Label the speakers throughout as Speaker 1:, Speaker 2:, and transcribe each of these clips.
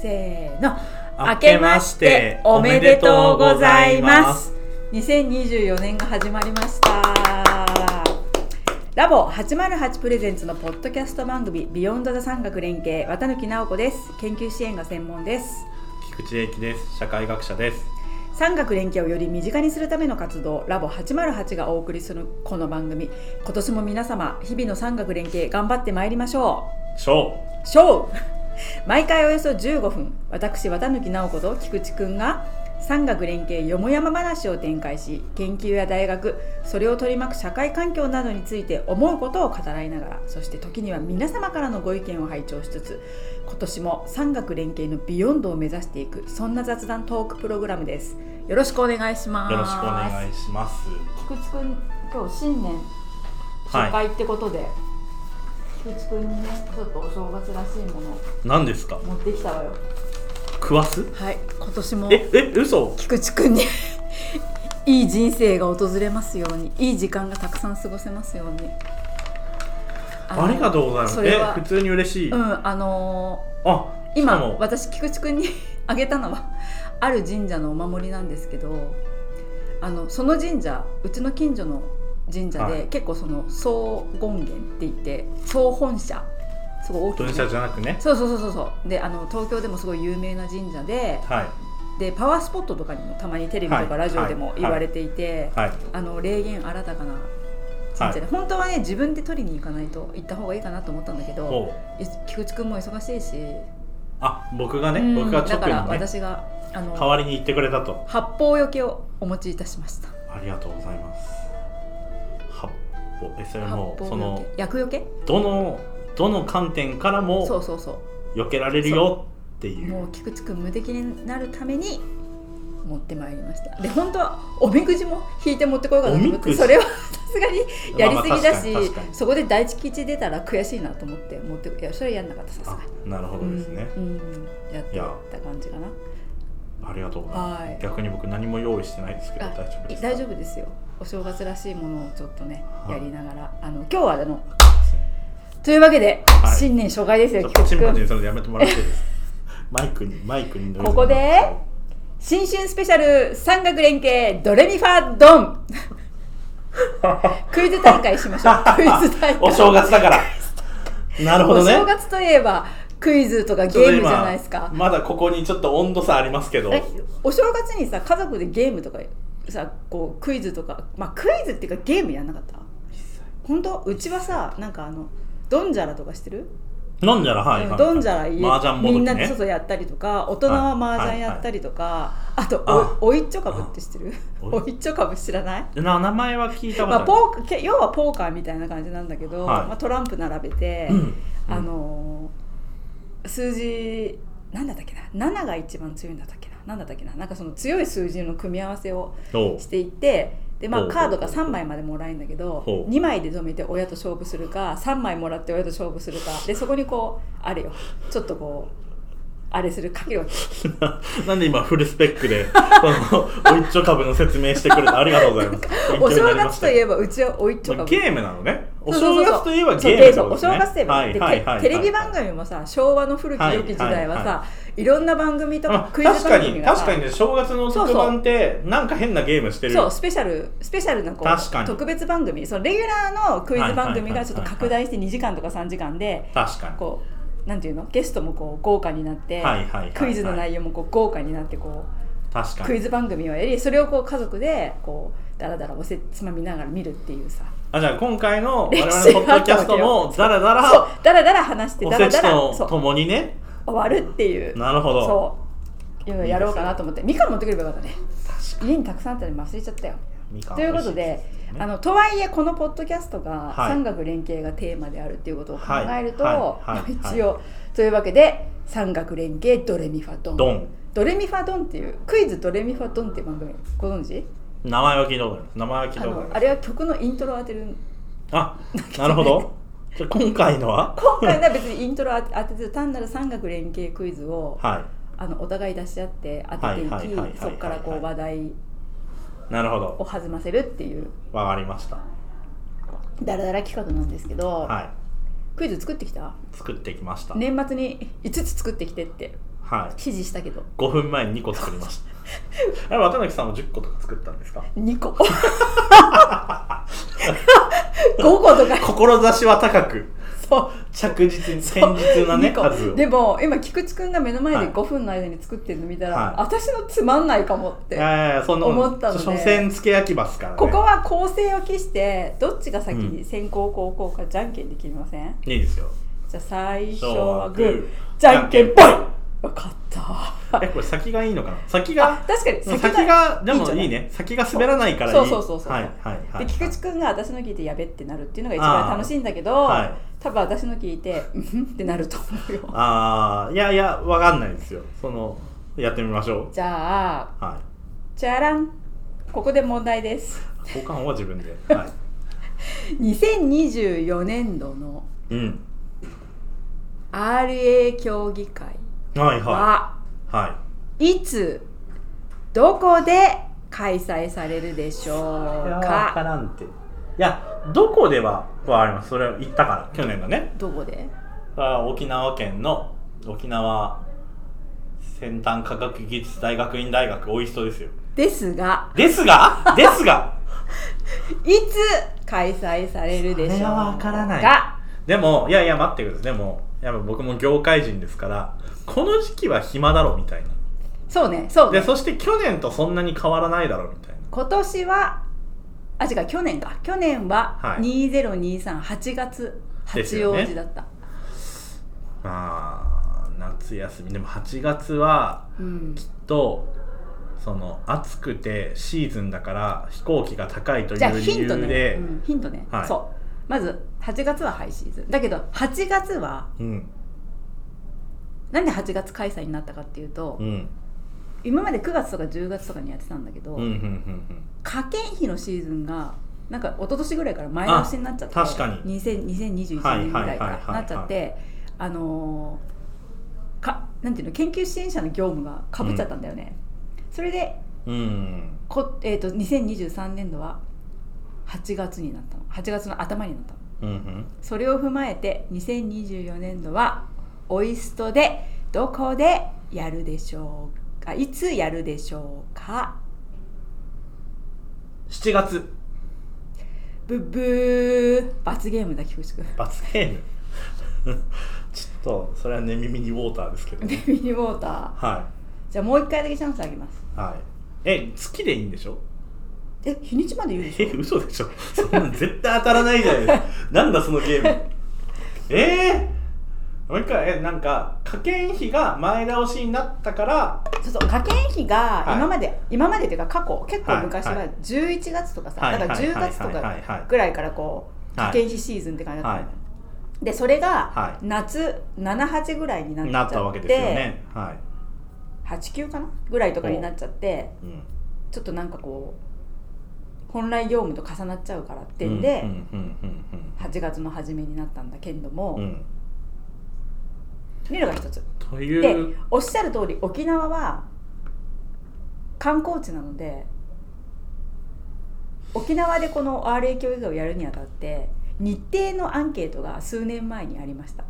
Speaker 1: せーの
Speaker 2: 明けましておめでとうございます
Speaker 1: 2024年が始まりましたラボ808プレゼンツのポッドキャスト番組ビヨンドザ産学連携綿貫直子です研究支援が専門です
Speaker 2: 菊池英樹です社会学者です
Speaker 1: 産学連携をより身近にするための活動ラボ808がお送りするこの番組今年も皆様日々の産学連携頑張ってまいりましょ
Speaker 2: ショー
Speaker 1: うショー毎回およそ15分私綿貫直子と菊池くんが産学連携よもやま話を展開し研究や大学それを取り巻く社会環境などについて思うことを語らいながらそして時には皆様からのご意見を拝聴しつつ今年も産学連携のビヨンドを目指していくそんな雑談トークプログラムですよろしくお願いします
Speaker 2: よろしくお願いします
Speaker 1: 菊池くん今日新年
Speaker 2: はい
Speaker 1: 初回ってことで、菊池くんにねちょっとお正月らしいものを
Speaker 2: 何ですか
Speaker 1: 持ってきたわよ
Speaker 2: 食わす
Speaker 1: はい今年も
Speaker 2: ええ嘘
Speaker 1: 菊池くんに いい人生が訪れますようにいい時間がたくさん過ごせますように
Speaker 2: ありがとうございます
Speaker 1: それ
Speaker 2: え
Speaker 1: は
Speaker 2: 普通に嬉しい、
Speaker 1: うんあの
Speaker 2: あ
Speaker 1: ー今
Speaker 2: しかも
Speaker 1: 私菊池くんに あげたのはある神社のお守りなんですけどあのその神社うちの近所の神社で、
Speaker 2: はい
Speaker 1: 結構その総権現って言って総本社すごい大きい
Speaker 2: 分社じゃなくね
Speaker 1: そうそうそうそうそうであの東京でもすごい有名な神社で
Speaker 2: はい
Speaker 1: でパワースポットとかにもたまにテレビと
Speaker 2: は
Speaker 1: か
Speaker 2: い
Speaker 1: ラジオでも
Speaker 2: はい
Speaker 1: 言われていて、
Speaker 2: はい
Speaker 1: あの霊言新たかな神社で、本当はね自分で取りに行かないと行った方がいいかなと思ったんだけど
Speaker 2: ほう
Speaker 1: い菊池君も忙しいし、
Speaker 2: あ僕がね、
Speaker 1: うん
Speaker 2: 僕が
Speaker 1: だから
Speaker 2: 直にね
Speaker 1: 私があの
Speaker 2: 代わりに言ってくれたと
Speaker 1: 八方よけをお持ちいたしました
Speaker 2: ありがとうございます八方えそれ
Speaker 1: 八
Speaker 2: も
Speaker 1: 方
Speaker 2: そ
Speaker 1: よ
Speaker 2: の
Speaker 1: け厄よけ
Speaker 2: どのどの観点から
Speaker 1: そ
Speaker 2: も
Speaker 1: うそうそ
Speaker 2: 避けられるよっていうう
Speaker 1: もう菊池君無敵になるために持ってまいりましたで本当はおみくじも引いて持ってこようかなと思っ
Speaker 2: おみく
Speaker 1: て
Speaker 2: じ
Speaker 1: それは さすがにやりすぎだし、
Speaker 2: まあまあ確かに確かに
Speaker 1: そこで大吉出たら悔しいなと思って持っていやそれはやんなかったさすが
Speaker 2: あ
Speaker 1: に
Speaker 2: なるほどですね、
Speaker 1: うん、うんやってた感じかな
Speaker 2: ありがとうございます
Speaker 1: はい
Speaker 2: 逆に僕何も用意してないですけど
Speaker 1: あ
Speaker 2: 大丈夫ですか
Speaker 1: 大丈夫ですよお正月らしいものをちょっとね
Speaker 2: は
Speaker 1: や
Speaker 2: い
Speaker 1: りながらあの今日はあのというわけで、
Speaker 2: はい
Speaker 1: 新年初回です
Speaker 2: ち
Speaker 1: よ
Speaker 2: ょっと
Speaker 1: 菊
Speaker 2: チ
Speaker 1: 池
Speaker 2: ンパンジ
Speaker 1: 君
Speaker 2: ーにそれでやめてもらっていい ですかマイクにマイクにノイズが
Speaker 1: ここで新春スペシャル山岳連携ドレミファド ンクイズ大会しましょう クイズ大 会
Speaker 2: お正月だからなるほどね
Speaker 1: お正月といえばクイズとか
Speaker 2: ち
Speaker 1: ゲ
Speaker 2: ょっと
Speaker 1: ームじ
Speaker 2: 今
Speaker 1: ゃないですか
Speaker 2: まだここにちょっと温度差ありますけど
Speaker 1: えお正月にさ家族でゲームとかさこうクイズとかまあクイズっていうかゲームやんなかった本当うちはさなんかあのドンジャラとかしてる、
Speaker 2: 飲んじゃらは
Speaker 1: う
Speaker 2: い
Speaker 1: んドンジャラ家
Speaker 2: 麻雀も
Speaker 1: み
Speaker 2: ど
Speaker 1: んな
Speaker 2: き
Speaker 1: で
Speaker 2: ね
Speaker 1: 外やったりとか大人は麻雀やったりとか、あと
Speaker 2: あ
Speaker 1: おおいっちょかぶって知ってる
Speaker 2: あ
Speaker 1: おいっちょかぶ知らない
Speaker 2: な名前は聞いたこと
Speaker 1: ま
Speaker 2: あ
Speaker 1: あ、
Speaker 2: る、
Speaker 1: ポーけ要はポーカーみたいな感じなんだけど、
Speaker 2: はい
Speaker 1: まあ、トランプ並べて、
Speaker 2: うん
Speaker 1: あのー数字なんだったっけな7が一番強いんだったっけななんだったっけななんかその強い数字の組み合わせを
Speaker 2: おう
Speaker 1: していってで、ま
Speaker 2: ほ
Speaker 1: あ、
Speaker 2: う
Speaker 1: カードが3枚までもらえるんだけど
Speaker 2: ほう
Speaker 1: 2枚で止めて親と勝負するか3枚もらって親と勝負するかでそこにこうあれよちょっとこうあれするかけよ
Speaker 2: なんで今フルスペックでこのおいっちょ株の説明してくれてありがとうございます
Speaker 1: お正月とい
Speaker 2: え
Speaker 1: えばうちはおいっちょかぶ
Speaker 2: ゲームなのねお
Speaker 1: そうそう
Speaker 2: 正
Speaker 1: そう
Speaker 2: 月といえばゲ
Speaker 1: そう
Speaker 2: ームって
Speaker 1: そう
Speaker 2: こ
Speaker 1: お
Speaker 2: とですね
Speaker 1: 正月といえば、
Speaker 2: は
Speaker 1: で
Speaker 2: い
Speaker 1: て
Speaker 2: はいはい
Speaker 1: テレビ番組もさ昭和の古き良き時代はさ、いろんな番組とかクイズ
Speaker 2: 確か
Speaker 1: 番組
Speaker 2: に
Speaker 1: がさ
Speaker 2: 確かにね正月の特番ってなんか変なゲームしてる
Speaker 1: そうスペシャルスペシャルなこ
Speaker 2: 確か
Speaker 1: う
Speaker 2: に
Speaker 1: 特別番組そのレギュラーのクイズ番組
Speaker 2: はいはいはいは
Speaker 1: が
Speaker 2: い
Speaker 1: ちょっと拡大して2時間とか3時間で
Speaker 2: 確かに
Speaker 1: こうなんていうのゲストもこう豪華になって、
Speaker 2: はいはいはいはい
Speaker 1: クイズの内容もこう豪華になってこ
Speaker 2: 確
Speaker 1: う
Speaker 2: か
Speaker 1: クイ
Speaker 2: に
Speaker 1: ズ番組をやりそれをこう家族でこうダラダラおせつまみながら見るっていうさ
Speaker 2: あじゃあ今回 の我
Speaker 1: 歴
Speaker 2: 々
Speaker 1: 史
Speaker 2: のポ
Speaker 1: があった
Speaker 2: ッドキャ
Speaker 1: わ
Speaker 2: ス
Speaker 1: けよ
Speaker 2: トもダラダ
Speaker 1: そうダ
Speaker 2: ラ
Speaker 1: ラダラ話して
Speaker 2: お
Speaker 1: ダラ
Speaker 2: せ
Speaker 1: ダ
Speaker 2: ち
Speaker 1: ラ
Speaker 2: と
Speaker 1: そう
Speaker 2: ともにね
Speaker 1: 終わるっていう
Speaker 2: なるほど
Speaker 1: そういうのやろうかなと思ってみかん持ってくればよかったね家にたくさんあったのに忘れちゃったよ
Speaker 2: みかん
Speaker 1: ということで
Speaker 2: ね
Speaker 1: あのとはいえこのポッドキャストが
Speaker 2: はい
Speaker 1: 産学連携がテーマであるっていうことを考えると、
Speaker 2: はいはいはい
Speaker 1: 一応、というわけで産学連携ドレミファドン
Speaker 2: ドン
Speaker 1: ドレミファドンっていうクイズドレミファドンっていう番組ご存知
Speaker 2: 名前は聞いたことあります名前は聞い
Speaker 1: あ
Speaker 2: たことあ
Speaker 1: の
Speaker 2: りま
Speaker 1: あ
Speaker 2: す
Speaker 1: れは曲のイントロを当てる
Speaker 2: あなるほどじゃあ今回 のは
Speaker 1: 今回は別にイントロを当てず単なる産学連携クイズを
Speaker 2: は
Speaker 1: あのお互い出し合って当ててい
Speaker 2: はいはいはいはいはいは
Speaker 1: き
Speaker 2: い
Speaker 1: そこからこう話題
Speaker 2: いなるほ
Speaker 1: を
Speaker 2: ど
Speaker 1: 弾ませるっていう
Speaker 2: わかりました
Speaker 1: ダラダラ企画なんですけど、
Speaker 2: は
Speaker 1: クイズ作ってきた
Speaker 2: い作ってきました
Speaker 1: 年末に5つ作ってきてって
Speaker 2: はい
Speaker 1: 指示したけど
Speaker 2: 5分前に2個作りました あれ綿貫さんは10個とか作ったんですか
Speaker 1: 2個 5個とか
Speaker 2: 志は高く
Speaker 1: そう
Speaker 2: 着実に堅実なね
Speaker 1: 二個
Speaker 2: 数を
Speaker 1: でも今菊池君が目の前
Speaker 2: はい
Speaker 1: で5分の間に作ってるの見たら、
Speaker 2: はい
Speaker 1: 私のつまんないかもっ
Speaker 2: い
Speaker 1: て、
Speaker 2: やいやいやそんなもん
Speaker 1: 思ったので
Speaker 2: 所詮付け焼きバスからね
Speaker 1: ここは構成を期してどっちが先に先行後攻かじゃんけんできません、
Speaker 2: いいですよ
Speaker 1: じゃあ最初はグ
Speaker 2: ー
Speaker 1: ーじゃんけんぽい分かった
Speaker 2: えこれ先がいいのかな先
Speaker 1: あ
Speaker 2: が
Speaker 1: 確かに
Speaker 2: 先がでも
Speaker 1: いいんじゃない
Speaker 2: いいね先が滑らないからいい
Speaker 1: そうそうそうそう
Speaker 2: はいはいはい
Speaker 1: で菊池君が私の聞いてやべってなるっていうのが一番楽しいんだけど、
Speaker 2: はい
Speaker 1: 多分私の聞いてうんってなると思うよ
Speaker 2: ああいやいやわかんないですよそのやってみましょ
Speaker 1: じゃあ
Speaker 2: うは
Speaker 1: チャランここで問題です
Speaker 2: い交換は自分では
Speaker 1: 2024年度の
Speaker 2: いうん
Speaker 1: RA 協議会
Speaker 2: はいは
Speaker 1: はい
Speaker 2: はい
Speaker 1: つどこで開催されるでしょ
Speaker 2: いいや
Speaker 1: う
Speaker 2: わか
Speaker 1: から
Speaker 2: んっていやどこではわかりますそれは行ったから去年がね
Speaker 1: どこで
Speaker 2: あー沖縄県の沖縄先端科学技術大学院大学オイストですよ
Speaker 1: ですが
Speaker 2: です がですが
Speaker 1: いつ開催されるでしょう
Speaker 2: それはわからない
Speaker 1: が
Speaker 2: でもいやいや待ってくださいでもやっぱ僕も業界人ですからこの時期は暇だろみたいな
Speaker 1: そうねそう
Speaker 2: で
Speaker 1: ね
Speaker 2: そして去年とそんなに変わらないだろみたいな
Speaker 1: 今年はあ違う去年か去年は
Speaker 2: はい
Speaker 1: 20238月
Speaker 2: です
Speaker 1: 八
Speaker 2: よね
Speaker 1: 王子だった、
Speaker 2: まあ夏休みでも8月は
Speaker 1: うん
Speaker 2: きっとその暑くてシーズンだから飛行機が高いとい
Speaker 1: じゃあ
Speaker 2: う
Speaker 1: ヒ
Speaker 2: 理
Speaker 1: ント
Speaker 2: 由
Speaker 1: ね、
Speaker 2: で
Speaker 1: うんヒントね、
Speaker 2: はい
Speaker 1: そうまず8月はハイシーズンだけど8月は
Speaker 2: うん
Speaker 1: なんで8月開催になったかっていうと、
Speaker 2: うん
Speaker 1: 今まで9月とか10月とかにやってたんだけど、
Speaker 2: うんうんうんうん
Speaker 1: 課金費のシーズンがなんか一昨年ぐらいから前倒しになっちゃって
Speaker 2: あ確かに
Speaker 1: 2000 2021年ぐらいからなっちゃってあのーかなんていうの研究支援者の業務がかぶっちゃったんだよね、それで
Speaker 2: うん
Speaker 1: こ、えー、と2023年度は8月になったの8月の頭になったの
Speaker 2: うんうん
Speaker 1: それを踏まえて2024年度はオイストでどこでやるでしょうかいつやるでしょうか
Speaker 2: 7月
Speaker 1: ブッブー罰ゲームだ菊池君
Speaker 2: 罰ゲーム ちょっとそれはね耳にウォーターで すけど
Speaker 1: ベ
Speaker 2: ね
Speaker 1: ビーウォーター
Speaker 2: は
Speaker 1: じゃあもう一回だけチャンスあげます
Speaker 2: いはいえ月でいいんでしょ
Speaker 1: え日にちまで言うでし
Speaker 2: え嘘でしょそんなの絶対当たらないじゃないですかなんだそのゲームえー、もう一回えなんか課金費が前倒しになったから
Speaker 1: ょそうそう課金費が
Speaker 2: はい
Speaker 1: 今まで、今までっていうか過去結構昔
Speaker 2: はい
Speaker 1: は
Speaker 2: は
Speaker 1: 11月とかさ、
Speaker 2: はい
Speaker 1: だから
Speaker 2: はい
Speaker 1: 10
Speaker 2: はい
Speaker 1: 月と
Speaker 2: はいはい
Speaker 1: か
Speaker 2: はい
Speaker 1: ぐらいからこう
Speaker 2: はい
Speaker 1: 課金費シーズンって感じだったのよ、
Speaker 2: は
Speaker 1: でそれが
Speaker 2: は
Speaker 1: 夏78ぐらいになっちゃ
Speaker 2: な
Speaker 1: っ
Speaker 2: ってたわけですよねは
Speaker 1: 89かなぐらいとかになっちゃって
Speaker 2: い、うん、
Speaker 1: ちょっとなんかこう本来業務と重なっちゃうからってんで、
Speaker 2: うんうんうん
Speaker 1: 8月の初めになったんだけれども、
Speaker 2: うんうん
Speaker 1: 見るが一つ
Speaker 2: と
Speaker 1: で
Speaker 2: いう
Speaker 1: おっしゃる通り沖縄は観光地なので沖縄でこの RA 教育会をやるにあたって日程のアンケートが数年前にありました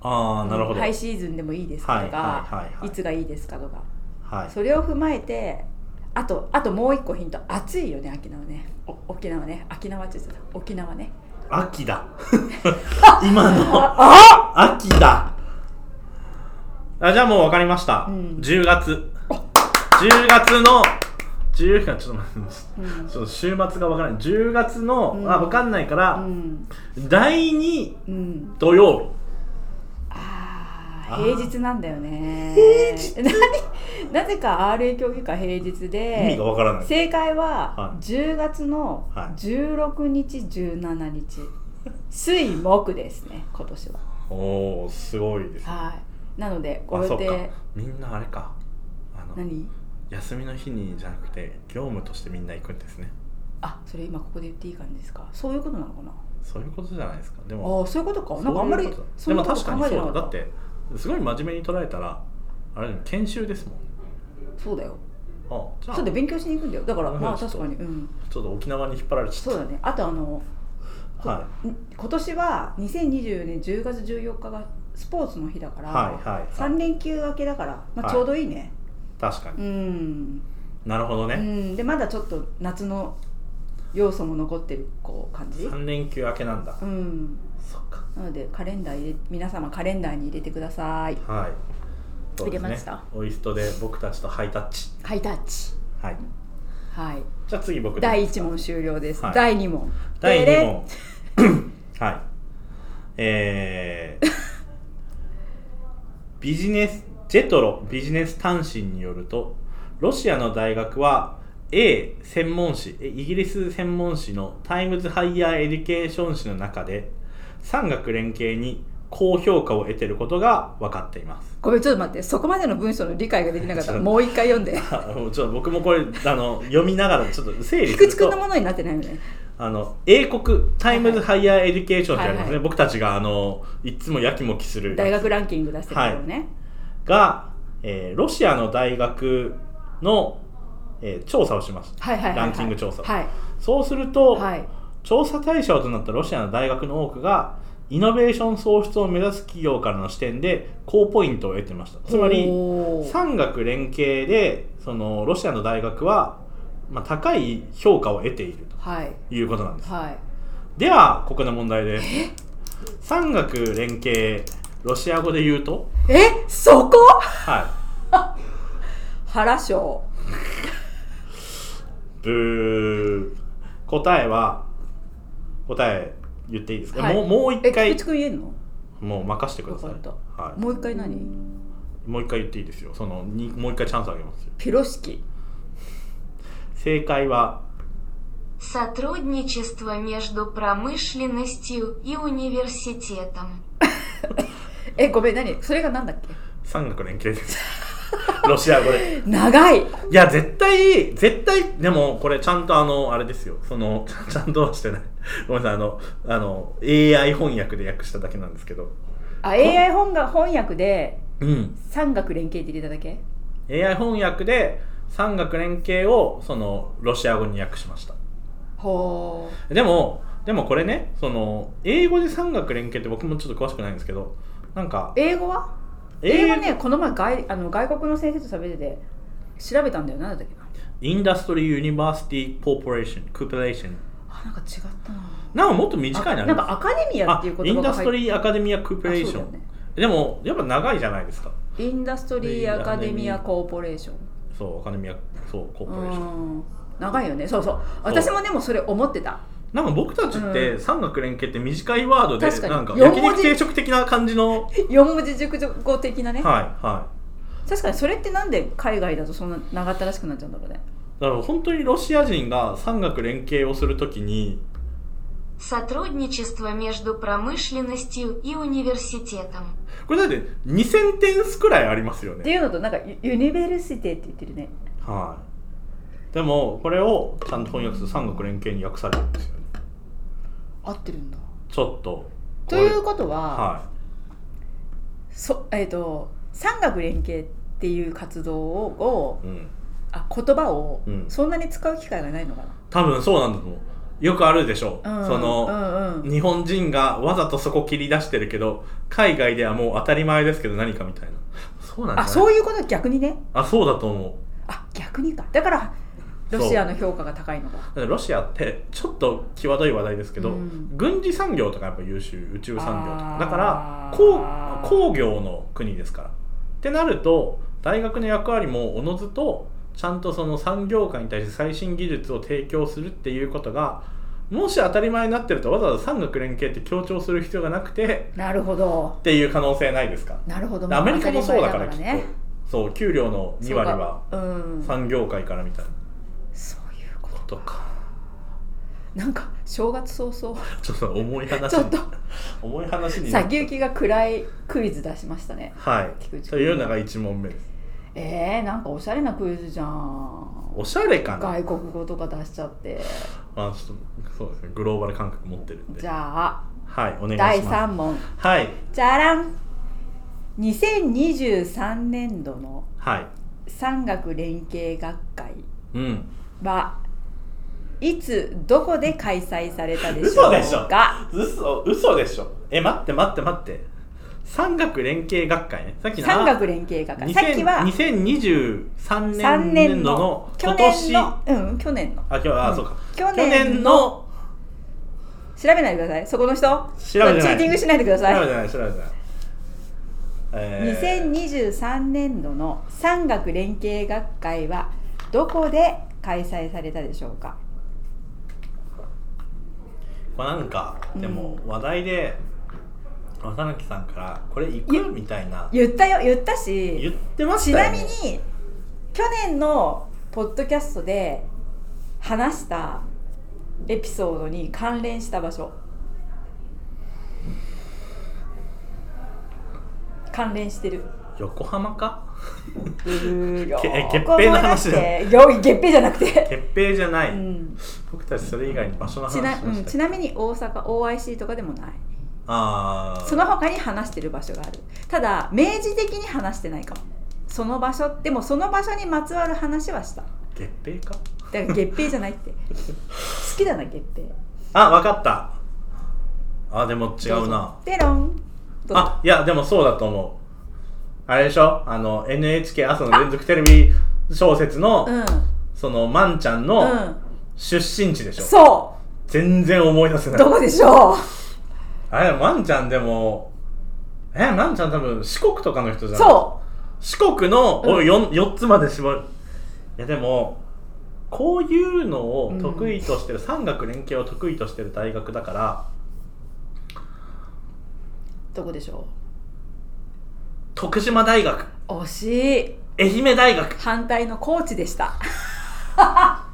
Speaker 2: ああなるほど、
Speaker 1: ハ
Speaker 2: は
Speaker 1: イ
Speaker 2: い
Speaker 1: シーズンでもいいですか
Speaker 2: はい
Speaker 1: とか、
Speaker 2: はいはい
Speaker 1: いつがいいですかとか
Speaker 2: はい
Speaker 1: それを踏まえてあとあともう一個ヒント暑いよね沖縄ねお沖縄ね沖縄って言ってた沖縄ね
Speaker 2: 秋だ 今の
Speaker 1: あ
Speaker 2: 秋だあじゃあもう分かりました、
Speaker 1: うん
Speaker 2: 10月10月の10月ちょっと待って
Speaker 1: うん
Speaker 2: ちょっと週末が分からない10月の、
Speaker 1: うん
Speaker 2: あ分かんないから、
Speaker 1: うん、
Speaker 2: 第2
Speaker 1: うん、
Speaker 2: 土曜
Speaker 1: あ
Speaker 2: あ
Speaker 1: あ
Speaker 2: ー
Speaker 1: 平日なんだよね
Speaker 2: 平日
Speaker 1: 何なぜか RA 協議会平日
Speaker 2: 日、
Speaker 1: で
Speaker 2: 意味が分からない
Speaker 1: 正解
Speaker 2: は
Speaker 1: はい10月の
Speaker 2: はい
Speaker 1: 16日17日、水木ですね今年は
Speaker 2: おおすごいですね
Speaker 1: はいなのでご
Speaker 2: あ
Speaker 1: 予
Speaker 2: そっか
Speaker 1: 定
Speaker 2: みんなあれかあの
Speaker 1: 何
Speaker 2: 休みの日にじゃなくて業務としてみんな行くんですね
Speaker 1: あそれ今ここで言っていい感じですかそういうことなのかな
Speaker 2: そういうことじゃないですかでも
Speaker 1: ああそういうことかなんかあんまり
Speaker 2: そういうことだでも確かに
Speaker 1: 考えて
Speaker 2: そ
Speaker 1: な
Speaker 2: うだだっ
Speaker 1: かった
Speaker 2: てすごい真面目に捉えたらあれだよね研修ですもん
Speaker 1: そうだよ
Speaker 2: あじゃあ
Speaker 1: そう
Speaker 2: ち
Speaker 1: で
Speaker 2: ょ
Speaker 1: 勉強しに行くんだよだから
Speaker 2: うん
Speaker 1: まあ
Speaker 2: ちょっと
Speaker 1: 確かにうん
Speaker 2: っと沖縄に引っ張られちゃ
Speaker 1: そう
Speaker 2: っ
Speaker 1: だねあとあの
Speaker 2: は
Speaker 1: 今年は2024年10月14日がスポーツの日だか
Speaker 2: い
Speaker 1: ら、
Speaker 2: はいはいはい
Speaker 1: 3連休明けだから、ま
Speaker 2: は
Speaker 1: あ、
Speaker 2: い
Speaker 1: ちょうどいいね、
Speaker 2: 確かに
Speaker 1: うん、
Speaker 2: なるほど
Speaker 1: う
Speaker 2: ね、
Speaker 1: ん、でまだちょっと夏の要素も残ってるこう感じ、
Speaker 2: 三3連休明けなんだ、
Speaker 1: うん、
Speaker 2: そっか
Speaker 1: なのでカレンダー入れ皆様カレンダーに入れてください
Speaker 2: はいそうです
Speaker 1: 入れました
Speaker 2: オイストで僕たちとハイタッチ
Speaker 1: ハイタッチ
Speaker 2: はい
Speaker 1: はい
Speaker 2: じゃあ次僕
Speaker 1: 第
Speaker 2: 一
Speaker 1: 1問終了です、
Speaker 2: はい
Speaker 1: 第2問
Speaker 2: 第
Speaker 1: で
Speaker 2: 2
Speaker 1: れ
Speaker 2: 問 はいえー、ビジネスジェトロビジネス単身によるとロシアの大学は A 専門誌えイギリス専門誌のタイムズ・ハイヤー・エデュケーション誌の中で産学連携に高評価を得ていることが分かっています
Speaker 1: ごめんちょっと待ってそこまでの文章の理解ができなかったら
Speaker 2: ちょっと
Speaker 1: もう一回 読んで
Speaker 2: あもうちょっと僕もこれあの読みながらちょっと整理す
Speaker 1: 菊
Speaker 2: る
Speaker 1: 池君の
Speaker 2: と
Speaker 1: ものになってないよね
Speaker 2: あの英国タイムズ・ハイヤー・エデュケーションってあります
Speaker 1: は
Speaker 2: ね、
Speaker 1: いはい
Speaker 2: 僕たちがあのいつもやきもきする
Speaker 1: 大学ランキング出してるよね、
Speaker 2: が、えーロシアの大学の、えー調査をしました、
Speaker 1: はいはいはいはい
Speaker 2: ランキング調査
Speaker 1: はい
Speaker 2: そうすると、
Speaker 1: はい
Speaker 2: 調査対象となったロシアの大学の多くがイノベーション創出を目指す企業からの視点で高ポイントを得てましたつまり
Speaker 1: おー
Speaker 2: 産学連携でそのロシアの大学は、まあ、高い評価を得ている
Speaker 1: はい
Speaker 2: ということなんです
Speaker 1: はい
Speaker 2: ではここで問題です産学連携ロシア語で言うと
Speaker 1: えそこ
Speaker 2: は
Speaker 1: 原賞
Speaker 2: いブー答えは答え言っていいですか、
Speaker 1: はい
Speaker 2: もうもう
Speaker 1: え
Speaker 2: 一
Speaker 1: 菊
Speaker 2: 回
Speaker 1: 池君言えんの
Speaker 2: もう任せてください
Speaker 1: わかった
Speaker 2: はい
Speaker 1: もう一回何
Speaker 2: もう一回言っていいですよそのにもう一回チャンスあげますよ
Speaker 1: ピロシキ
Speaker 2: 正解は
Speaker 3: Сотрудничество между промышленностью и университетом.
Speaker 1: えごめん何それがなんだっけ
Speaker 2: 産学連携です ロシア語で
Speaker 1: 長い
Speaker 2: いや、絶対、絶対、でも、これ、ちゃんと、あの、あれですよ。その、ちゃんちゃんとはしてない。ごめんなさい、あの、あの、AI 翻訳で訳しただけなんですけど。
Speaker 1: あ AI 本が翻訳で
Speaker 2: うん。
Speaker 1: 産学連携って入れただけ
Speaker 2: AI 翻訳で、産学連携を、その、ロシア語に訳しました。
Speaker 1: ほ
Speaker 2: でも、でもこれね、その、英語で産学連携って僕もちょっと詳しくないんですけど、なんか
Speaker 1: う、英語は英語ねこの前外あの外国の先生と喋ってて調べたんだよなんだっけな
Speaker 2: インダストリー・ユニバーシティ・コーポレーション、クーポレーション。
Speaker 1: あなんか違ったな
Speaker 2: なんかもっと短いな。
Speaker 1: あなんかアカデミアっていう
Speaker 2: あ
Speaker 1: 言
Speaker 2: イン
Speaker 1: 葉が
Speaker 2: ダスト
Speaker 1: 入っ
Speaker 2: リー・アカデミア・クーポレーシ
Speaker 1: あ
Speaker 2: ョ
Speaker 1: そう
Speaker 2: ン。
Speaker 1: だよね
Speaker 2: でも、やっぱ長いじゃないですか。
Speaker 1: インダストリーアカデミアコーポレーション
Speaker 2: そう、アカデミア、そう、コー
Speaker 1: う
Speaker 2: ポレーション。
Speaker 1: ん長いよねそうそう私もでもそれ思ってた
Speaker 2: なんか僕たちって、
Speaker 1: うん
Speaker 2: 産学連携って短いワードで、
Speaker 1: 確かに
Speaker 2: なんか
Speaker 1: 四文
Speaker 2: 焼
Speaker 1: 字
Speaker 2: 肉定食的な感じの、はい、
Speaker 1: 四文字熟語的なね
Speaker 2: は
Speaker 1: 確かにそれってなんで海外だとそんな長ったらしくなっちゃうんだろうね
Speaker 2: い。だから本当にロシア人が産学連携をするときに、
Speaker 3: Сотрудничество между промышленностью и университетом.
Speaker 2: これだって2000点数くらいありますよ
Speaker 1: って
Speaker 2: ね。
Speaker 1: いうのとなんかユユニベルシティって言ってるね
Speaker 2: はい。でも、これをちゃんと翻訳すると産学連携に訳されるんですよね。
Speaker 1: 合ってるんだ
Speaker 2: ちょっと。
Speaker 1: という
Speaker 2: こ
Speaker 1: こと
Speaker 2: れ
Speaker 1: は、
Speaker 2: は
Speaker 1: そえっ、と産学連携っていう活動を
Speaker 2: い。うん。
Speaker 1: あ言葉を
Speaker 2: うん
Speaker 1: そんなに使う機会がないのかな、
Speaker 2: 多分そうなんだと思う。よくあるでしょう。
Speaker 1: うん
Speaker 2: その、
Speaker 1: うんうん
Speaker 2: 日本人がわざとそこ切り出してるけど海外ではもう当たり前ですけど何かみたいなそうなんだ、
Speaker 1: あそうういうこと逆にね
Speaker 2: あそうだと思
Speaker 1: あ逆にかだからロシアの評価が高いのか
Speaker 2: うだってロシアってちょっと際どい話題ですけ
Speaker 1: う
Speaker 2: ど、
Speaker 1: ん
Speaker 2: 軍事産業とかやっぱ優秀宇宙産業と
Speaker 1: あ
Speaker 2: か
Speaker 1: ー
Speaker 2: だから工工業の国ですからってなると大学の役割もおのずとちゃんとその産業界に対して最新技術を提供するっていうことがもし当たり前になってるとわざわざ産学連携って強調する必要がなくて
Speaker 1: なるほど
Speaker 2: っていう可能性ないですか
Speaker 1: なるほど
Speaker 2: アメリカもそうだから
Speaker 1: 当
Speaker 2: き
Speaker 1: た
Speaker 2: っ
Speaker 1: り前
Speaker 2: と、そう給料の2割は
Speaker 1: そうかうん
Speaker 2: 産業界からみたいな
Speaker 1: そういうこ
Speaker 2: ことか
Speaker 1: となんか正月早々
Speaker 2: ちょっと重い話
Speaker 1: ちょっ
Speaker 2: に
Speaker 1: と
Speaker 2: 重い話にな
Speaker 1: 先行きが暗いクイズ出しましたね
Speaker 2: はい
Speaker 1: 菊池君
Speaker 2: というのが1問目です
Speaker 1: えー、なんかおしゃれなクイズじゃん
Speaker 2: おしゃれかな
Speaker 1: 外国語とか出しちゃって
Speaker 2: まあちょっとそうですねグローバル感覚持ってるんで
Speaker 1: じゃあ
Speaker 2: はいお願い
Speaker 1: 第
Speaker 2: しま
Speaker 1: 3問
Speaker 2: すはい
Speaker 1: じゃらん2023年度の
Speaker 2: はい
Speaker 1: 産学連携学会
Speaker 2: うん
Speaker 1: はいつどこで開催されたでしょ
Speaker 2: 嘘でしょ
Speaker 1: うか
Speaker 2: 嘘嘘でしょえ待って待って待って産学連携学会ねさっきの
Speaker 1: 産学連携学会
Speaker 2: 2000
Speaker 1: さっきは
Speaker 2: 2023
Speaker 1: 3年
Speaker 2: 年度の
Speaker 1: の去
Speaker 2: 今
Speaker 1: 年
Speaker 2: 年
Speaker 1: のうん去年の
Speaker 2: あ今日あ、
Speaker 1: うん
Speaker 2: そうか
Speaker 1: 去年の
Speaker 2: の
Speaker 1: 調べないでくださいそこの人
Speaker 2: 調べてない
Speaker 1: チーティングしないでくださ
Speaker 2: 調べ
Speaker 1: い
Speaker 2: てない調べてないえー
Speaker 1: 2023年度の産学連携学会はどこで開催されたでしょうか
Speaker 2: これなんかでも話題で渡辺さんからこれ行
Speaker 1: ゆ
Speaker 2: くみたいな
Speaker 1: 言ったよ言ったし
Speaker 2: 言ってまし
Speaker 1: ち
Speaker 2: た
Speaker 1: な
Speaker 2: よ
Speaker 1: み
Speaker 2: ね
Speaker 1: に去年のポッドキャストで話したエピソードに関連した場所関連してる
Speaker 2: 横浜か
Speaker 1: うーよ
Speaker 2: け
Speaker 1: ー
Speaker 2: 月餅の話
Speaker 1: ここ
Speaker 2: だ
Speaker 1: だってよい月餅じゃなくて、
Speaker 2: 決定じゃない、
Speaker 1: うん
Speaker 2: 僕たちそれ以外に場所の話
Speaker 1: ち
Speaker 2: しま
Speaker 1: なう
Speaker 2: し
Speaker 1: ん、
Speaker 2: た
Speaker 1: ち
Speaker 2: よ
Speaker 1: なみに大阪 OIC とかでもない
Speaker 2: ああ
Speaker 1: その他に話してる場所があるただ明示的に話してないかもその場所でもその場所にまつわる話はした
Speaker 2: 月餅か
Speaker 1: だから月餅じゃないって 好きだな月餅
Speaker 2: あわかったあでも違うな
Speaker 1: ペロンどうぞ
Speaker 2: あいやでもそうだと思うあれでしょあの NHK 朝の連続テレビ小説の、
Speaker 1: うん
Speaker 2: そのまんちゃん
Speaker 1: う
Speaker 2: の
Speaker 1: ん
Speaker 2: 出身地でしょ、
Speaker 1: そ
Speaker 2: 全然思い出せ
Speaker 1: う
Speaker 2: ない
Speaker 1: どこでしょう
Speaker 2: あれまんちゃんでもえまんちゃん多分四国とかの人じゃん
Speaker 1: そ
Speaker 2: 四国の、
Speaker 1: うん
Speaker 2: お 4, 四つまで絞るいやでもこういうのを得意としてる、産学連携を得意としてる大学だから
Speaker 1: うどこでしょ
Speaker 2: 徳島大学
Speaker 1: う惜しい
Speaker 2: 愛媛大学
Speaker 1: 反対の高知でした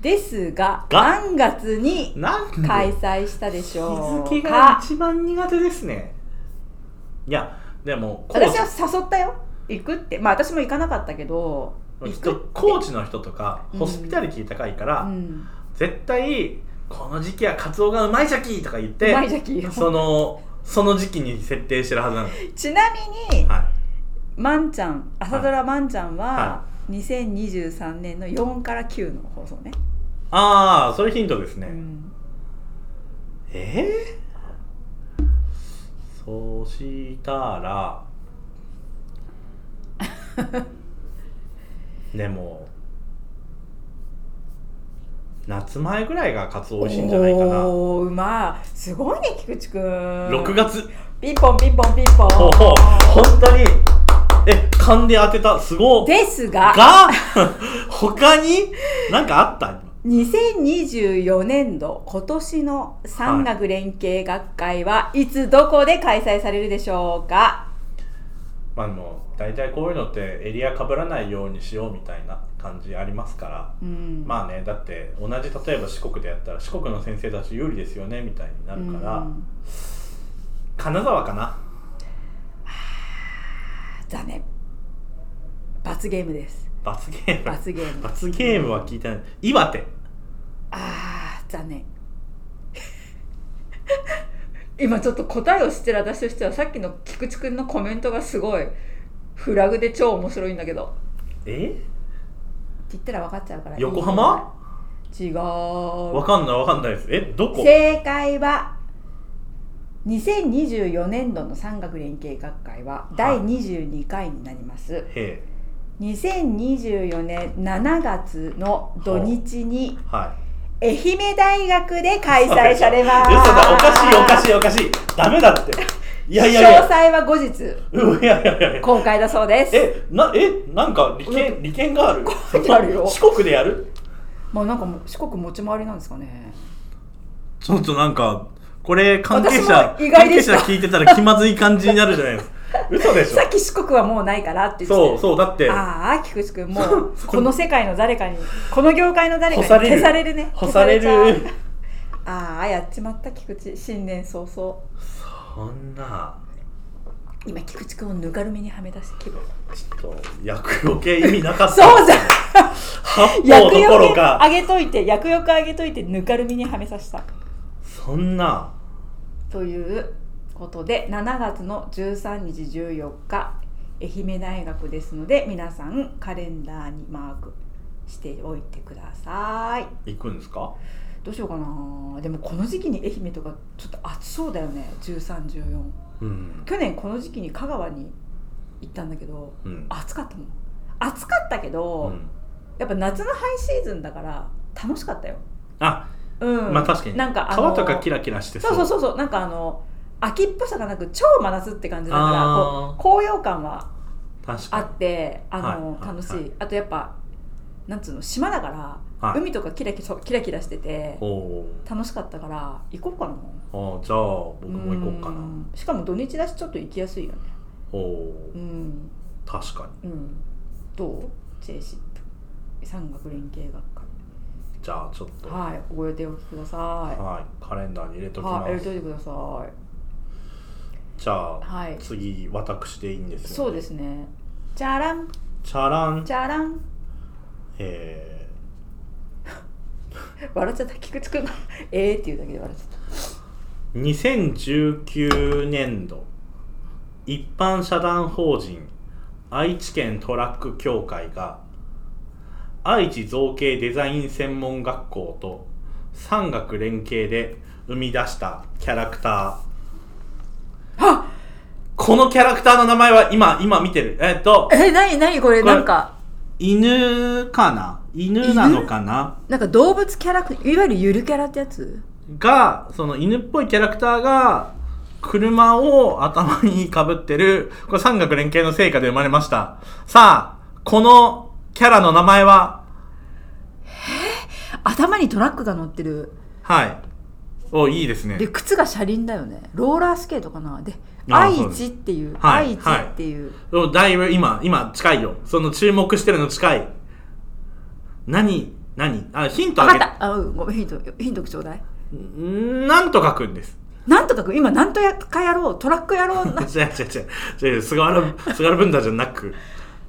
Speaker 1: ですが
Speaker 2: が
Speaker 1: 何月に
Speaker 2: なんで
Speaker 1: 開催したでしょう
Speaker 2: 日付が
Speaker 1: か
Speaker 2: 一番苦手ですねいやでも高知
Speaker 1: 私は誘ったよ行くってまあ私も行かなかったけど行くって
Speaker 2: 人高知の人とか
Speaker 1: うん
Speaker 2: ホスピタリティ高いから、
Speaker 1: うん、
Speaker 2: 絶対この時期はカツオがうまいじゃきとか言って
Speaker 1: うまいじゃき
Speaker 2: そのその時期に設定してるはずなのは
Speaker 1: ちなみに
Speaker 2: い
Speaker 1: まんちゃん朝ドラまんちゃんは
Speaker 2: は
Speaker 1: 2023年の4から9の放送ね、
Speaker 2: ああそれヒントですね、
Speaker 1: うん
Speaker 2: えー、そうし たらでも夏前ぐらいがカツオ美味しいんじゃないかな
Speaker 1: おーうまいすごいね菊池くん
Speaker 2: 6月
Speaker 1: ピンポンピンポンピンポン
Speaker 2: おお本当にえ勘で当てたすごい
Speaker 1: ですが
Speaker 2: が 他になんかあった
Speaker 1: 2024年度今年の産学連携学会はいつどこで開催されるでしょうか、
Speaker 2: まあでも大体こういうのってエリア被らないようにしようみたいな感じありますから
Speaker 1: うん
Speaker 2: まあねだって同じ例えば四国でやったら四国の先生たち有利ですよねみたいになるから、
Speaker 1: うん
Speaker 2: 金沢かな
Speaker 1: 残念罰ゲームです
Speaker 2: 罰ゲーム
Speaker 1: 罰ゲーム
Speaker 2: 罰ゲームは聞いてない岩手
Speaker 1: あー残念 今ちょっと答えを知ってる私としてはさっきの菊池くんのコメントがすごいフラグで超面白いんだけどって
Speaker 2: え
Speaker 1: 言ったら分かっちゃうから
Speaker 2: 横浜
Speaker 1: 違
Speaker 2: わ
Speaker 1: う
Speaker 2: かんないわかんないですえどこ
Speaker 1: 正解は2024年度の産学連携学会は第22回になります、
Speaker 2: へえ
Speaker 1: 2024年7月の土日に
Speaker 2: はい
Speaker 1: 愛媛大学で開催されます
Speaker 2: 嘘だ、おかしい、おかしい、おかしい。ダメ だって。いやいやい
Speaker 1: 詳
Speaker 2: や。
Speaker 1: 細は後日
Speaker 2: うんいやいやいやいや。
Speaker 1: 公開だそうです
Speaker 2: え、な、え、なんか利権、利権がある。
Speaker 1: 書いてあるよ
Speaker 2: 四国でやる
Speaker 1: まあなんかもう四国持ち回りなんですかね
Speaker 2: ちょっとなんか、これ関係者、
Speaker 1: 私も意外でした
Speaker 2: 関係者聞いてたら気まずい感じになるじゃないですか。 嘘でし
Speaker 1: さっ
Speaker 2: ょ。
Speaker 1: き四国はもうないからって言って
Speaker 2: そう、そう、だって、
Speaker 1: ああ菊池君もうこの世界の誰かにこの業界の誰かに
Speaker 2: 干される
Speaker 1: 消されるね
Speaker 2: 干され
Speaker 1: 消
Speaker 2: る
Speaker 1: ち。ゃうああやっちまった菊池新年早々
Speaker 2: そんな、
Speaker 1: 今菊池君をぬかるみにはめ出して気分
Speaker 2: ちょっと、役除け意味なかった。
Speaker 1: そうじゃん
Speaker 2: 八
Speaker 1: 薬
Speaker 2: 方どころ
Speaker 1: 浴
Speaker 2: か、
Speaker 1: あげといて薬浴あげといてぬかるみにはめさせた
Speaker 2: そんな、
Speaker 1: ということで7月の13日14日愛媛大学ですので皆さんカレンダーにマークしておいてください
Speaker 2: 行くんですか
Speaker 1: どうしようかなでもこの時期に愛媛とかちょっと暑そうだよね1314
Speaker 2: うん、
Speaker 1: 去年この時期に香川に行ったんだけど
Speaker 2: うん
Speaker 1: 暑かったもん暑かったけど、
Speaker 2: うん
Speaker 1: やっぱ夏のハイシーズンだから楽しかったよ
Speaker 2: あ、
Speaker 1: うん
Speaker 2: まあ確かに
Speaker 1: なんかあの
Speaker 2: 川とかキラキラして
Speaker 1: そうそうそうそうなんかあの秋っぽさがなく超真夏って感じだからこ
Speaker 2: あー
Speaker 1: う紅葉感は
Speaker 2: 確
Speaker 1: あ
Speaker 2: か
Speaker 1: ってあの、
Speaker 2: はい
Speaker 1: 楽しい、
Speaker 2: はいは
Speaker 1: あとやっぱなんつうの島だから、
Speaker 2: に、はい、
Speaker 1: 海とかキラキラそうキラキラしてて
Speaker 2: おお
Speaker 1: 楽しかったから行こうかな
Speaker 2: あじゃあ僕も行こうかな
Speaker 1: うんしかも土日だしちょっと行きやすいよね
Speaker 2: おお
Speaker 1: うん
Speaker 2: 確か
Speaker 1: うんどう j シップ産学連携学科
Speaker 2: にじゃあちょっとは
Speaker 1: はいご予定おきくださ
Speaker 2: い、
Speaker 1: い
Speaker 2: カレンダーに入れときま
Speaker 1: はい入れ
Speaker 2: す、
Speaker 1: といてくださ
Speaker 2: じゃあ
Speaker 1: いはい
Speaker 2: 次私でいいんですよ、ね、
Speaker 1: そうですねじゃらん
Speaker 2: チャラン
Speaker 1: じゃらん
Speaker 2: え
Speaker 1: 笑っちゃった菊池くんが ええって言うだけで笑っちゃっ
Speaker 2: ー、2019年度一般社団法人愛知県トラック協会が愛知造形デザイン専門学校と産学連携で生み出したキャラクター
Speaker 1: たあ
Speaker 2: このキャラクターの名前は今今見てるえっと
Speaker 1: えなになにこれ
Speaker 2: これ
Speaker 1: なんか
Speaker 2: 犬かな犬なのかな
Speaker 1: なんか動物キャラクいわゆるゆるキャラってやつ
Speaker 2: がその犬っぽいキャラクターが車を頭にかぶってるこれ三角連携の成果で生まれましたさあこのキャラの名前は
Speaker 1: 頭にトラックが乗ってる
Speaker 2: はいおいいですね
Speaker 1: で靴が車輪だよねローラースケートかなで
Speaker 2: あ
Speaker 1: 愛
Speaker 2: そうです
Speaker 1: 知っていう、
Speaker 2: はい
Speaker 1: 愛知っていう、
Speaker 2: おだいぶ今今近いよその注目してるの近い何何あヒントあ
Speaker 1: 分
Speaker 2: げ
Speaker 1: かったあうんごめんヒントヒントくちょうだい
Speaker 2: んなんとかくんです
Speaker 1: なんとかく今なんとかやろうトラックやろ うな
Speaker 2: 違う違う違う違う菅原菅原文太じゃなく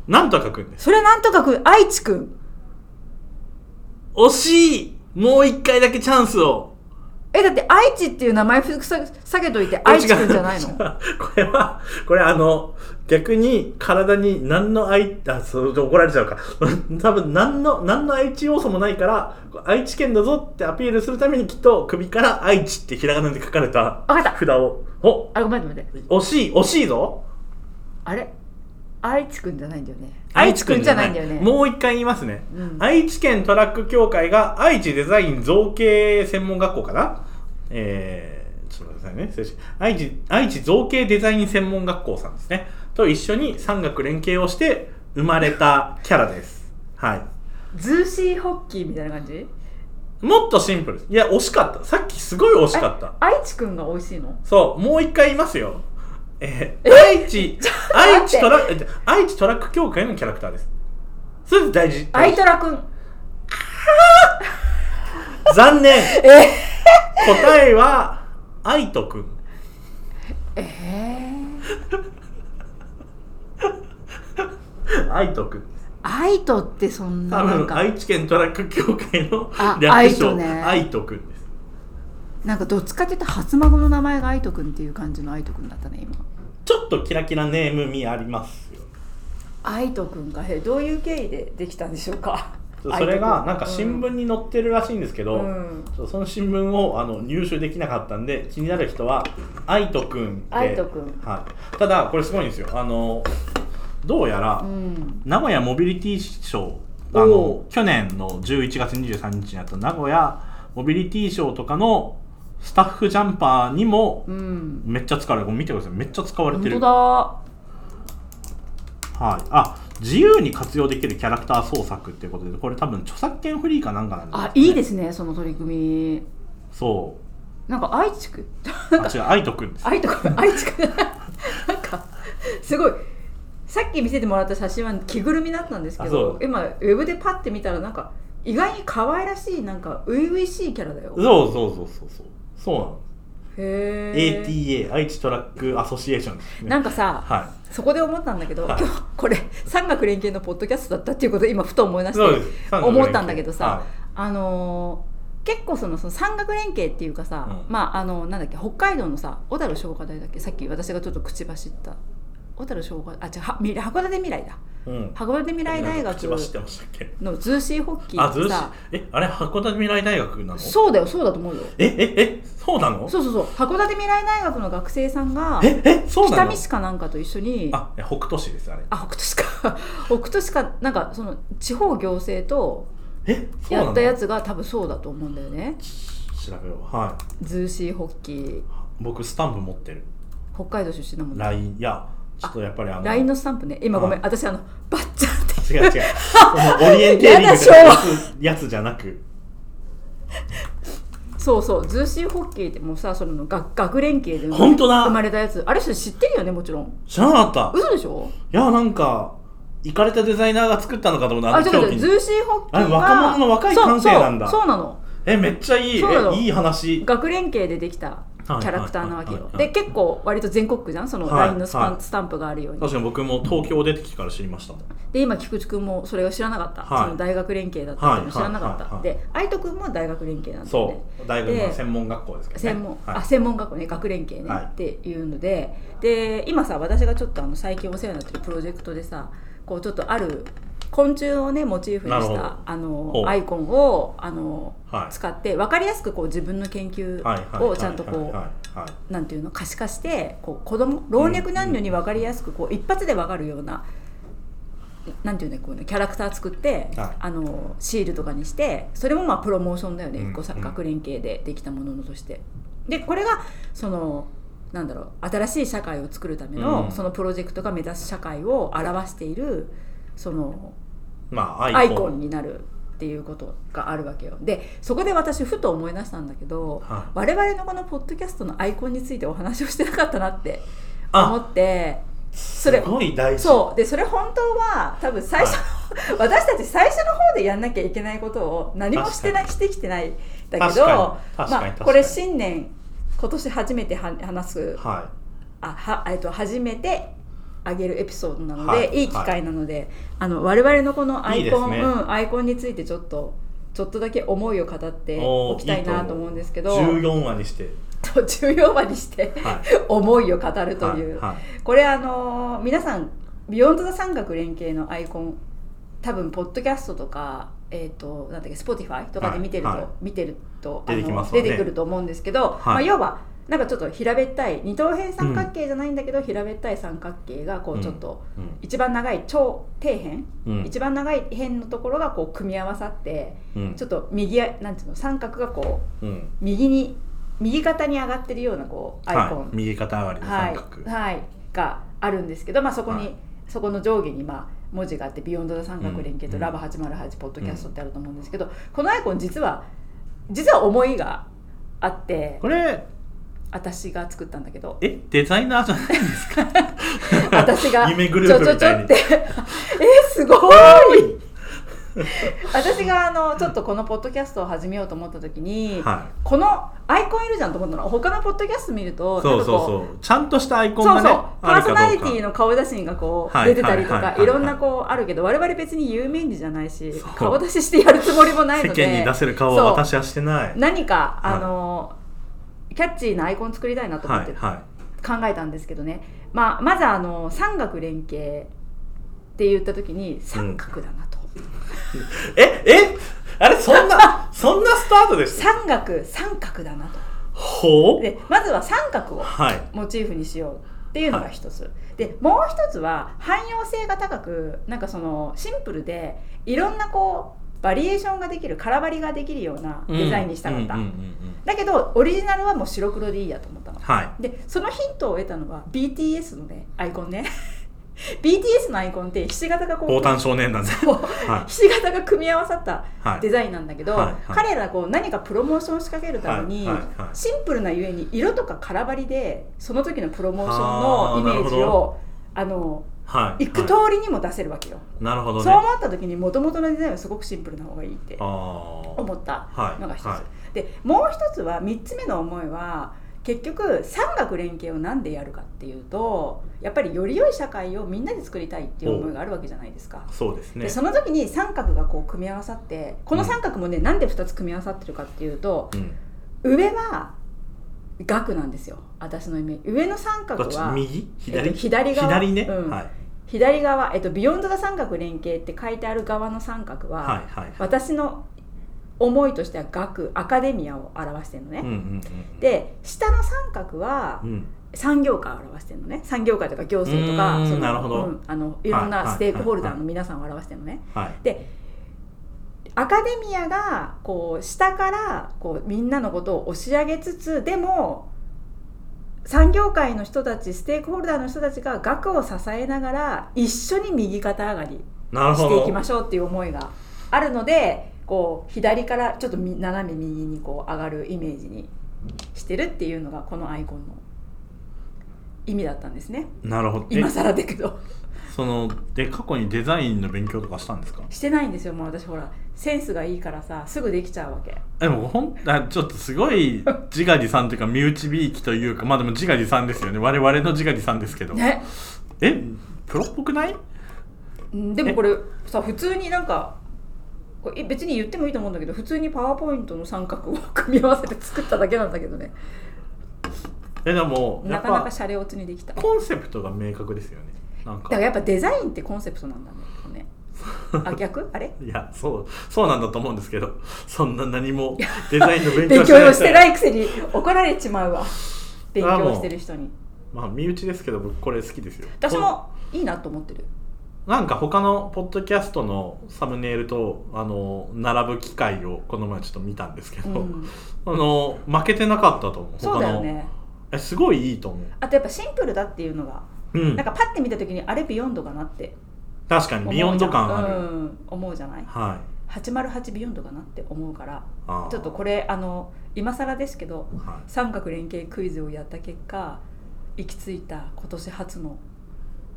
Speaker 2: なんとかくんです
Speaker 1: それなんとかくん愛知くん
Speaker 2: 惜しいもう一回だけチャンスを
Speaker 1: えだって愛知っていう名前ふさ下げといて愛知くんじゃないの
Speaker 2: 違うこれはこれあの逆に体に何の愛あそう怒られちゃうか 多分何の何の愛知要素もないから愛知県だぞってアピールするためにきっと首から愛知ってひらがなで書かれた
Speaker 1: 分かった
Speaker 2: 札をお
Speaker 1: あごめん待って待って
Speaker 2: 惜しい惜しいぞ
Speaker 1: あれ愛知くんじゃないんだよね愛知くんじゃないんだよね
Speaker 2: もう一回言いますね、
Speaker 1: うん
Speaker 2: 愛知県トラック協会が愛知デザイン造形専門学校かなえー、ちょっと待ってくださいね失礼し愛知愛知造形デザイン専門学校さんですねと一緒に産学連携をして生まれたキャラですはい
Speaker 1: ズーシーホッキーみたいな感じ
Speaker 2: もっとシンプルですいや惜しかったさっきすごい惜しかった
Speaker 1: 愛知くんが美味しいの
Speaker 2: そうもう一回言いますよえー、愛知愛知トラック愛知トラック協会のキャラクターですそれ大事
Speaker 1: 愛トラくん
Speaker 2: 残念答えは愛とくん
Speaker 1: ええ
Speaker 2: 愛とくん
Speaker 1: 愛とってそんな
Speaker 2: 多
Speaker 1: なん
Speaker 2: 分
Speaker 1: か
Speaker 2: 愛知県トラック協会の
Speaker 1: あ
Speaker 2: 略称
Speaker 1: 愛とね
Speaker 2: 愛とくんです
Speaker 1: なんかどっちかっていうと初孫の名前が愛とくんっていう感じの愛とくんだったね今
Speaker 2: ちょっとキラキラネーム味ありますよ
Speaker 1: 愛とくんがえどういう経緯でできたんでしょうか
Speaker 2: それがなんか新聞に載ってるらしいんですけ
Speaker 1: う
Speaker 2: ど、
Speaker 1: ん
Speaker 2: そうその新聞をあの入手できなかったんで気になる人は愛とくんで
Speaker 1: 愛とくん
Speaker 2: はい、ただこれすごいんですよあのどうやら、
Speaker 1: うん
Speaker 2: 名古屋モビリティショ
Speaker 1: お
Speaker 2: ーあ
Speaker 1: お
Speaker 2: の去年の11月23日にあった名古屋モビリティショーとかのスタッフジャンパーにも
Speaker 1: うん
Speaker 2: めっちゃ使われるこれ見てくださいめっちゃ使われ
Speaker 1: 本
Speaker 2: て
Speaker 1: 当
Speaker 2: る
Speaker 1: だ
Speaker 2: はい、あ自由に活用できるキャラクター創作っていうことでこれ多分著作権フリーかなんかなん
Speaker 1: あいいですすねその取り組み
Speaker 2: そ
Speaker 1: なんか愛知くん
Speaker 2: うあ違う愛とくんです
Speaker 1: 愛とか愛 知かなんかすごいさっき見せてもらった写真は着ぐるみだったんですけ
Speaker 2: あそ
Speaker 1: ど
Speaker 2: う
Speaker 1: 今ウェブでパッて見たらなんか意外に可愛らしいなんか初々しいキャラだよ
Speaker 2: そうそうそうそうそうそうなの、
Speaker 1: へえ
Speaker 2: ATA 愛知トラックアソシエーションですね
Speaker 1: なんかさ
Speaker 2: は
Speaker 1: そこで思ったんだけど今
Speaker 2: はい
Speaker 1: 日これ産学連携のポッドキャストだったっていうことを今ふと思い出
Speaker 2: い
Speaker 1: し
Speaker 2: そう
Speaker 1: て
Speaker 2: です
Speaker 1: 思ったんだけど
Speaker 2: は
Speaker 1: さあのー結構そのその山岳連携っていうかさ、
Speaker 2: うん
Speaker 1: まああのなんだっけ北海道のさ小樽商科大だっけさっき私がちょっと口走った小樽商科あ違うはみ函館未来だ
Speaker 2: いうん、
Speaker 1: 函館未来大
Speaker 2: なんか口
Speaker 1: 学
Speaker 2: 走ってましたっけ
Speaker 1: のズーシーホッキ
Speaker 2: あ、ず
Speaker 1: ー
Speaker 2: る
Speaker 1: っ
Speaker 2: して
Speaker 1: さ
Speaker 2: え、あれ、函館未来大学なの
Speaker 1: そうだよそうだと思うよ
Speaker 2: え、え、え、そうなの
Speaker 1: そうそうそう函館未来大学の学生さんが
Speaker 2: え、え、そうな
Speaker 1: 北
Speaker 2: の
Speaker 1: 見市かなんかと一緒に
Speaker 2: あ、え北斗市です、あれ。
Speaker 1: あ北斗市か 北斗市かなんかその地方行政と
Speaker 2: え、そうな
Speaker 1: や
Speaker 2: の
Speaker 1: ったやつが多分そうだと思うんだよね
Speaker 2: 調べよう。は
Speaker 1: ズーシーホッキー
Speaker 2: い。僕、スタンプ持ってる。
Speaker 1: 北海道出身だもんね
Speaker 2: LINE。いや、ちょっとやっぱりあの、
Speaker 1: LINE のスタンプね今ごめん、
Speaker 2: う
Speaker 1: 私あのバッチャーって
Speaker 2: 違 う違う。そのオリエンテーリングとか
Speaker 1: やだ
Speaker 2: や
Speaker 1: 昭
Speaker 2: つやつじゃなく。
Speaker 1: そうそうズーシーホッキーってもうさその学学連携で生まれ
Speaker 2: 本当だ
Speaker 1: 生まれたやつあれそれ知ってるよねもちろん
Speaker 2: 知らなかった。
Speaker 1: 嘘でしょ
Speaker 2: いや、なんか、行かれたデザイナーが作ったのかと思った。
Speaker 1: あ
Speaker 2: あ
Speaker 1: ち
Speaker 2: の
Speaker 1: ょっと待
Speaker 2: 狂
Speaker 1: っ
Speaker 2: 気
Speaker 1: て
Speaker 2: に
Speaker 1: ズーシーホッキ
Speaker 2: あ
Speaker 1: ー
Speaker 2: れ
Speaker 1: が
Speaker 2: 若者の若い感性なんだ
Speaker 1: そうそうそうなの
Speaker 2: え、めっちゃいい。
Speaker 1: そうなの
Speaker 2: え、いい話。
Speaker 1: 学連携でできたキャラクターなわけ
Speaker 2: はい
Speaker 1: よ
Speaker 2: はいは
Speaker 1: で
Speaker 2: いはい
Speaker 1: 結構割と全国区じゃんその
Speaker 2: はい
Speaker 1: LINE のスパン
Speaker 2: はい
Speaker 1: スタンプがあるように
Speaker 2: 確かに僕も東京出てきてから知りましたもん。
Speaker 1: で今菊池君もそれを知らなかった、
Speaker 2: はい
Speaker 1: その大学連携だったっていうの知らなかった、
Speaker 2: はいはい
Speaker 1: で愛斗君も大学連携なんだよね
Speaker 2: そう。大学の専門学校ですけどね。
Speaker 1: 専門、
Speaker 2: はい
Speaker 1: あ専門学校ね学連携ね、
Speaker 2: はい
Speaker 1: っていうのでで今さ私がちょっとあの最近お世話になってるプロジェクトでさこうちょっとある昆虫をねモチーフに
Speaker 2: なる
Speaker 1: し
Speaker 2: ほど
Speaker 1: たあの
Speaker 2: ほう
Speaker 1: アイコンをあの、
Speaker 2: はい
Speaker 1: 使って分かりやすくこう自分の研究
Speaker 2: はいはい
Speaker 1: をちゃんとこう、
Speaker 2: はいはいはい
Speaker 1: なんていうの可視化してこう子供老若男女に分かりやすくこう一発で分かるような。なんていうのこうねキャラクター作って、
Speaker 2: はい
Speaker 1: あのシールとかにしてそれもまあプロモーションだよね、
Speaker 2: うん
Speaker 1: こうさ
Speaker 2: うん
Speaker 1: 学連携でできたもののとしてでこれがそのなんだろう新しい社会を作るための、
Speaker 2: うん
Speaker 1: そのプロジェクトが目指す社会を表しているその
Speaker 2: まあ
Speaker 1: ア
Speaker 2: アイ
Speaker 1: イ
Speaker 2: コン
Speaker 1: コンになるっていうことがあるわけよでそこで私ふと思い出したんだけど、
Speaker 2: はい
Speaker 1: 我々のこのポッドキャストのアイコンについてお話をしてなかったなって思
Speaker 2: あ
Speaker 1: ってそれ
Speaker 2: すごい大事
Speaker 1: そうでそれ本当は多分最初の、私たち最初の方でやんなきゃいけないことを何もしてなしてきてないんだけど
Speaker 2: 確かに確かに
Speaker 1: まあ
Speaker 2: 確かに
Speaker 1: これ新年今年初めては話す
Speaker 2: は
Speaker 1: あはえっと初めてあげるエピソードなので、
Speaker 2: はい
Speaker 1: い、い機会なので、あの我々のこのアイコン
Speaker 2: いいですね
Speaker 1: うん、アイコンについてちょっとちょっとだけ思いを語って
Speaker 2: い
Speaker 1: おきたいなと思うんですけど
Speaker 2: 14話にして
Speaker 1: と14話にして
Speaker 2: は
Speaker 1: 思いを語る
Speaker 2: い
Speaker 1: という、
Speaker 2: はいはい
Speaker 1: これあのー皆さん「ビヨンド・ザ・三角連携」のアイコン多分ポッドキャストとかえっ、となんだっけ Spotify とかで見てると、
Speaker 2: はいはい
Speaker 1: 見てると
Speaker 2: 出てき
Speaker 1: あの
Speaker 2: ますわね
Speaker 1: 出てくると思うんですけど、まあ、
Speaker 2: はい
Speaker 1: 要はなんかちょっと平べったい二等辺三角形じゃないんだけど、平べったい三角形がこうちょっと、
Speaker 2: うん
Speaker 1: 一番長い超底辺、
Speaker 2: うん
Speaker 1: 一番長い辺のところがこう組み合わさって
Speaker 2: うん
Speaker 1: ちょっと右やなんていうの三角がこう
Speaker 2: うん
Speaker 1: 右に右肩に上がってるようなこうアイコン、
Speaker 2: はい右肩上がりの
Speaker 1: は
Speaker 2: 三
Speaker 1: い
Speaker 2: 角、
Speaker 1: はい、があるんですけど、まあ、そこに、
Speaker 2: はい
Speaker 1: そこの上下にまあ文字があって「ビヨンド・ザ・三角連携」と「
Speaker 2: うん
Speaker 1: ラバ808」ポッドキャストってあると思うんですけど、このアイコン実は実は思いがあって
Speaker 2: これ
Speaker 1: 私が作ったんだけど
Speaker 2: えデザイナーじゃないですか
Speaker 1: 私が
Speaker 2: 夢グループみたいに
Speaker 1: ちょちょちょ ってえすごい私があのちょっとこのポッドキャストを始めようと思った時に、
Speaker 2: はい
Speaker 1: このアイコンいるじゃんと思ったの他のポッドキャスト見ると
Speaker 2: そうそう
Speaker 1: なんかこう
Speaker 2: そうちゃんとしたアイコン
Speaker 1: そう
Speaker 2: が
Speaker 1: そ
Speaker 2: ね
Speaker 1: うパ
Speaker 2: あ
Speaker 1: ー
Speaker 2: るか
Speaker 1: ソ
Speaker 2: どう
Speaker 1: ナ
Speaker 2: か
Speaker 1: リティの顔出しがこう
Speaker 2: はい
Speaker 1: 出てたりと
Speaker 2: はいはい
Speaker 1: か
Speaker 2: はいは
Speaker 1: いろ
Speaker 2: い
Speaker 1: んなこうあるけど我々別に有名人じゃないし
Speaker 2: そう
Speaker 1: 顔出ししてやるつもりもない
Speaker 2: 世
Speaker 1: ので
Speaker 2: 間に出せる顔は私はしてない
Speaker 1: そう何か
Speaker 2: はい
Speaker 1: あのキャッチーなアイコン作りたいなと思
Speaker 2: は
Speaker 1: っ
Speaker 2: い
Speaker 1: て
Speaker 2: は
Speaker 1: 考えたんですけどねまあまずあの三角連携って言った時に三角だなと
Speaker 2: いええあれそんなそんなスタートでした
Speaker 1: 三角三角だなと
Speaker 2: ほう
Speaker 1: でまずは三角を
Speaker 2: はい
Speaker 1: モチーフにしようっていうのが一つ、でもう一つは汎用性が高くなんかそのシンプルでいろんなこうバリエーションができる空張りができるようなデザインにしたかった、
Speaker 2: うんうんうんうん
Speaker 1: だけどオリジナルはもう白黒でいいやと思ったの
Speaker 2: はい
Speaker 1: でそのヒントを得たのは BTS のねアイコンね BTS のアイコンってひし形がこ
Speaker 2: 防
Speaker 1: う
Speaker 2: 弾少年なんで
Speaker 1: そう
Speaker 2: は
Speaker 1: ひし形が組み合わさった
Speaker 2: いはい
Speaker 1: デザインなんだけど、
Speaker 2: はいはい
Speaker 1: 彼らこう何かプロモーションを仕掛けるために、
Speaker 2: はいはいはい
Speaker 1: シンプルなゆえに色とか空張りでその時のプロモーションのイメージ
Speaker 2: あーなるほ
Speaker 1: をあの
Speaker 2: はい
Speaker 1: 行く通りにも出せるわけよ、
Speaker 2: なるほどね
Speaker 1: そう思った時にもともとのデザインはすごくシンプルな方がいいって
Speaker 2: あー
Speaker 1: 思った
Speaker 2: はい
Speaker 1: のが一つ、
Speaker 2: はい
Speaker 1: でもう一つは3つ目の思いは結局三角連携をなんでやるかっていうとやっぱりより良い社会をみんなで作りたいっていう思いがあるわけじゃないですか。
Speaker 2: そうですね
Speaker 1: でその時に三角がこう組み合わさってこの三角もね、なんで2つ組み合わさってるかっていうと
Speaker 2: うん、
Speaker 1: 上は額なんですよ私のイメージ上の三角
Speaker 2: どっち
Speaker 1: は
Speaker 2: 右
Speaker 1: えっ
Speaker 2: 左、
Speaker 1: と左側
Speaker 2: 左ね、
Speaker 1: うん
Speaker 2: はい
Speaker 1: 左側、えっと、ビヨンド・ザ・三角連携って書いてある側の三角は、
Speaker 2: はいはいはい。
Speaker 1: 私の思いとしては学アカデミアを表してるのね、
Speaker 2: うんうんうんうん、
Speaker 1: で下の三角は
Speaker 2: うん、
Speaker 1: 産業界を表してるのね産業界とか行政とか
Speaker 2: うーん
Speaker 1: その
Speaker 2: なるほど
Speaker 1: うんあのいろん
Speaker 2: はいはい
Speaker 1: なステークホルダーの皆さんを表してるのね
Speaker 2: はい。
Speaker 1: アカデミアがこう下からこうみんなのことを押し上げつつでも産業界の人たちステークホルダーの人たちが学を支えながら一緒に右肩上がり
Speaker 2: なるほ
Speaker 1: して
Speaker 2: ど。
Speaker 1: いきましょうっていう思いがあるのでこう左からちょっとみ斜め右にこう上がるイメージにしてるっていうのがこのアイコンの意味だったんですね
Speaker 2: なるほど。え
Speaker 1: 今更だけど
Speaker 2: そので過去にデザインの勉強とかしたんですか
Speaker 1: してないんですよもう私ほらセンスがいいからさすぐできちゃうわけ
Speaker 2: でもほんあちょっとす ごい自画自賛というか身内びいきというかまあでも自画自賛ですよね我々の自画自賛ですけど、
Speaker 1: ね
Speaker 2: えプロっぽくない
Speaker 1: うんでもこれさ普通になんかこれえ別に言ってもいいと思うんだけど普通にパワーポイントの三角を組み合わせて作っただけなんだけどね
Speaker 2: えでもや
Speaker 1: な
Speaker 2: っ
Speaker 1: かな
Speaker 2: ぱ
Speaker 1: かシャレオツにできただか
Speaker 2: コンセプトが明確ですよねなんから
Speaker 1: やっぱデザインってコンセプトなんだね あ逆あれ
Speaker 2: いやそうそうなんだと思うんですけどそんな何もデザインの
Speaker 1: 勉
Speaker 2: 勉強してな
Speaker 1: 強
Speaker 2: い
Speaker 1: をしてないくせに怒られちまうわ勉強してる人に
Speaker 2: まあ身内ですけど僕これ好きですよ
Speaker 1: 私もいいなと思ってる
Speaker 2: なんか他のポッドキャストのサムネイルとあの並ぶ機会をこの前ちょっと見たんですけど、
Speaker 1: うん
Speaker 2: あの負けてなかったと思う
Speaker 1: そうだよ
Speaker 2: 他の
Speaker 1: ね
Speaker 2: えすごいいいと思
Speaker 1: あとやっぱシンプルだっていうのが
Speaker 2: う、うん
Speaker 1: なん、かパッて見た時にあれビヨンドかなって
Speaker 2: 確かに
Speaker 1: 思う
Speaker 2: ビ
Speaker 1: じゃん
Speaker 2: ヨンド感ある、
Speaker 1: うん思うじゃない
Speaker 2: はい
Speaker 1: 808ビヨンドかなって思うから
Speaker 2: あー
Speaker 1: ちょっとこれあの今更ですけど
Speaker 2: は
Speaker 1: 三角連携クイズをやった結果行き着いた今年初の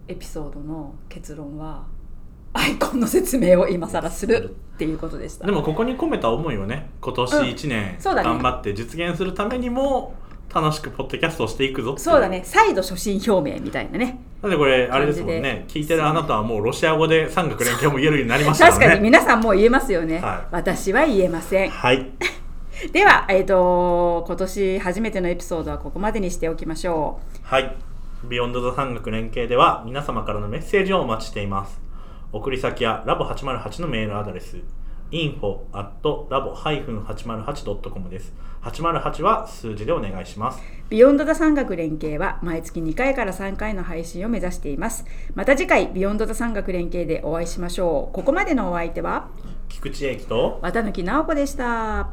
Speaker 1: エピソードの結論はアイコンの説明を今更するっていうことでし
Speaker 2: い
Speaker 1: た
Speaker 2: でもここに込めた思いをね今年
Speaker 1: うん
Speaker 2: 1年
Speaker 1: そうだね
Speaker 2: 頑張って実現するためにも楽しくポッドキャストをしていくぞってい
Speaker 1: そうだね再度初心表明みたいなね
Speaker 2: なんでこれあれですもんね
Speaker 1: 感じで
Speaker 2: 聞いてるあなたはもうロシア語で三角連携も言えるようになりました
Speaker 1: 確
Speaker 2: からね
Speaker 1: かに皆さんもう言えますよね、
Speaker 2: はい
Speaker 1: 私は言えません
Speaker 2: はい
Speaker 1: では、えー、と今年初めてのエピソードはここまでにしておきましょう
Speaker 2: はい。ビヨンドザ三角連携では皆様からのメッセージをお待ちしています。送り先はラボ808のメールアドレス、info.labo-808.com です。808は数字でお願いします。
Speaker 1: ビヨンド・ザ・産学連携は毎月2回から3回の配信を目指していますまた次回ビヨンド・ザ・産学連携でお会いしましょうここまでのお相手は
Speaker 2: 菊池駅と
Speaker 1: 綿貫直子でした